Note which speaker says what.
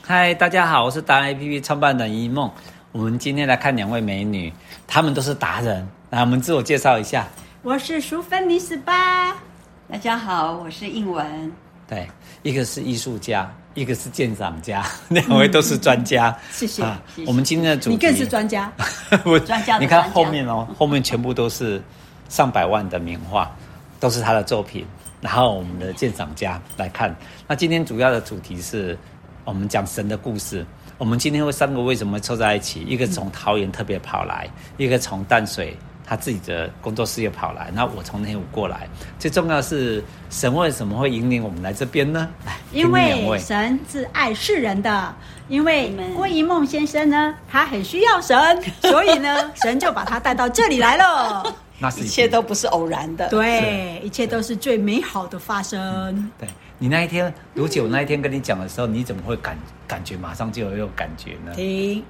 Speaker 1: 嗨，大家好，我是达人 APP 创办人一梦。我们今天来看两位美女，她们都是达人。来，我们自我介绍一下。
Speaker 2: 我是淑芬妮十八，大家好，我是应文。
Speaker 1: 对，一个是艺术家，一个是鉴赏家， 两位都是专家。
Speaker 2: 嗯
Speaker 1: 啊
Speaker 2: 谢谢谢谢
Speaker 1: 我们今天的主题，
Speaker 2: 你更是专家，
Speaker 1: 我
Speaker 2: 专家的
Speaker 1: 你看
Speaker 2: 专家
Speaker 1: 后面哦，后面全部都是上百万的名画，都是他的作品。然后我们的鉴赏家来看，那今天主要的主题是我们讲神的故事。我们今天会三个为什么凑在一起？一个从桃园特别跑来，一个从淡水他自己的工作室也跑来，那我从内湖过来。最重要的是神为什么会引领我们来这边呢？来，
Speaker 3: 因
Speaker 1: 听两
Speaker 3: 为
Speaker 1: 位嗯
Speaker 3: 神是爱世人的，因为
Speaker 2: Amen
Speaker 3: 郭一梦先生呢，他很需 要神，所以呢，神就把他带到这里来了。
Speaker 1: 那啊是
Speaker 2: 一
Speaker 1: 已
Speaker 2: 切
Speaker 1: 经
Speaker 2: 都不是偶然的。，
Speaker 3: 对，一切都是最美好的发生。
Speaker 1: 对你那一天，如姐，我那一天跟你讲的时候，你怎么会感感觉马上就有有感觉呢？
Speaker 3: 停，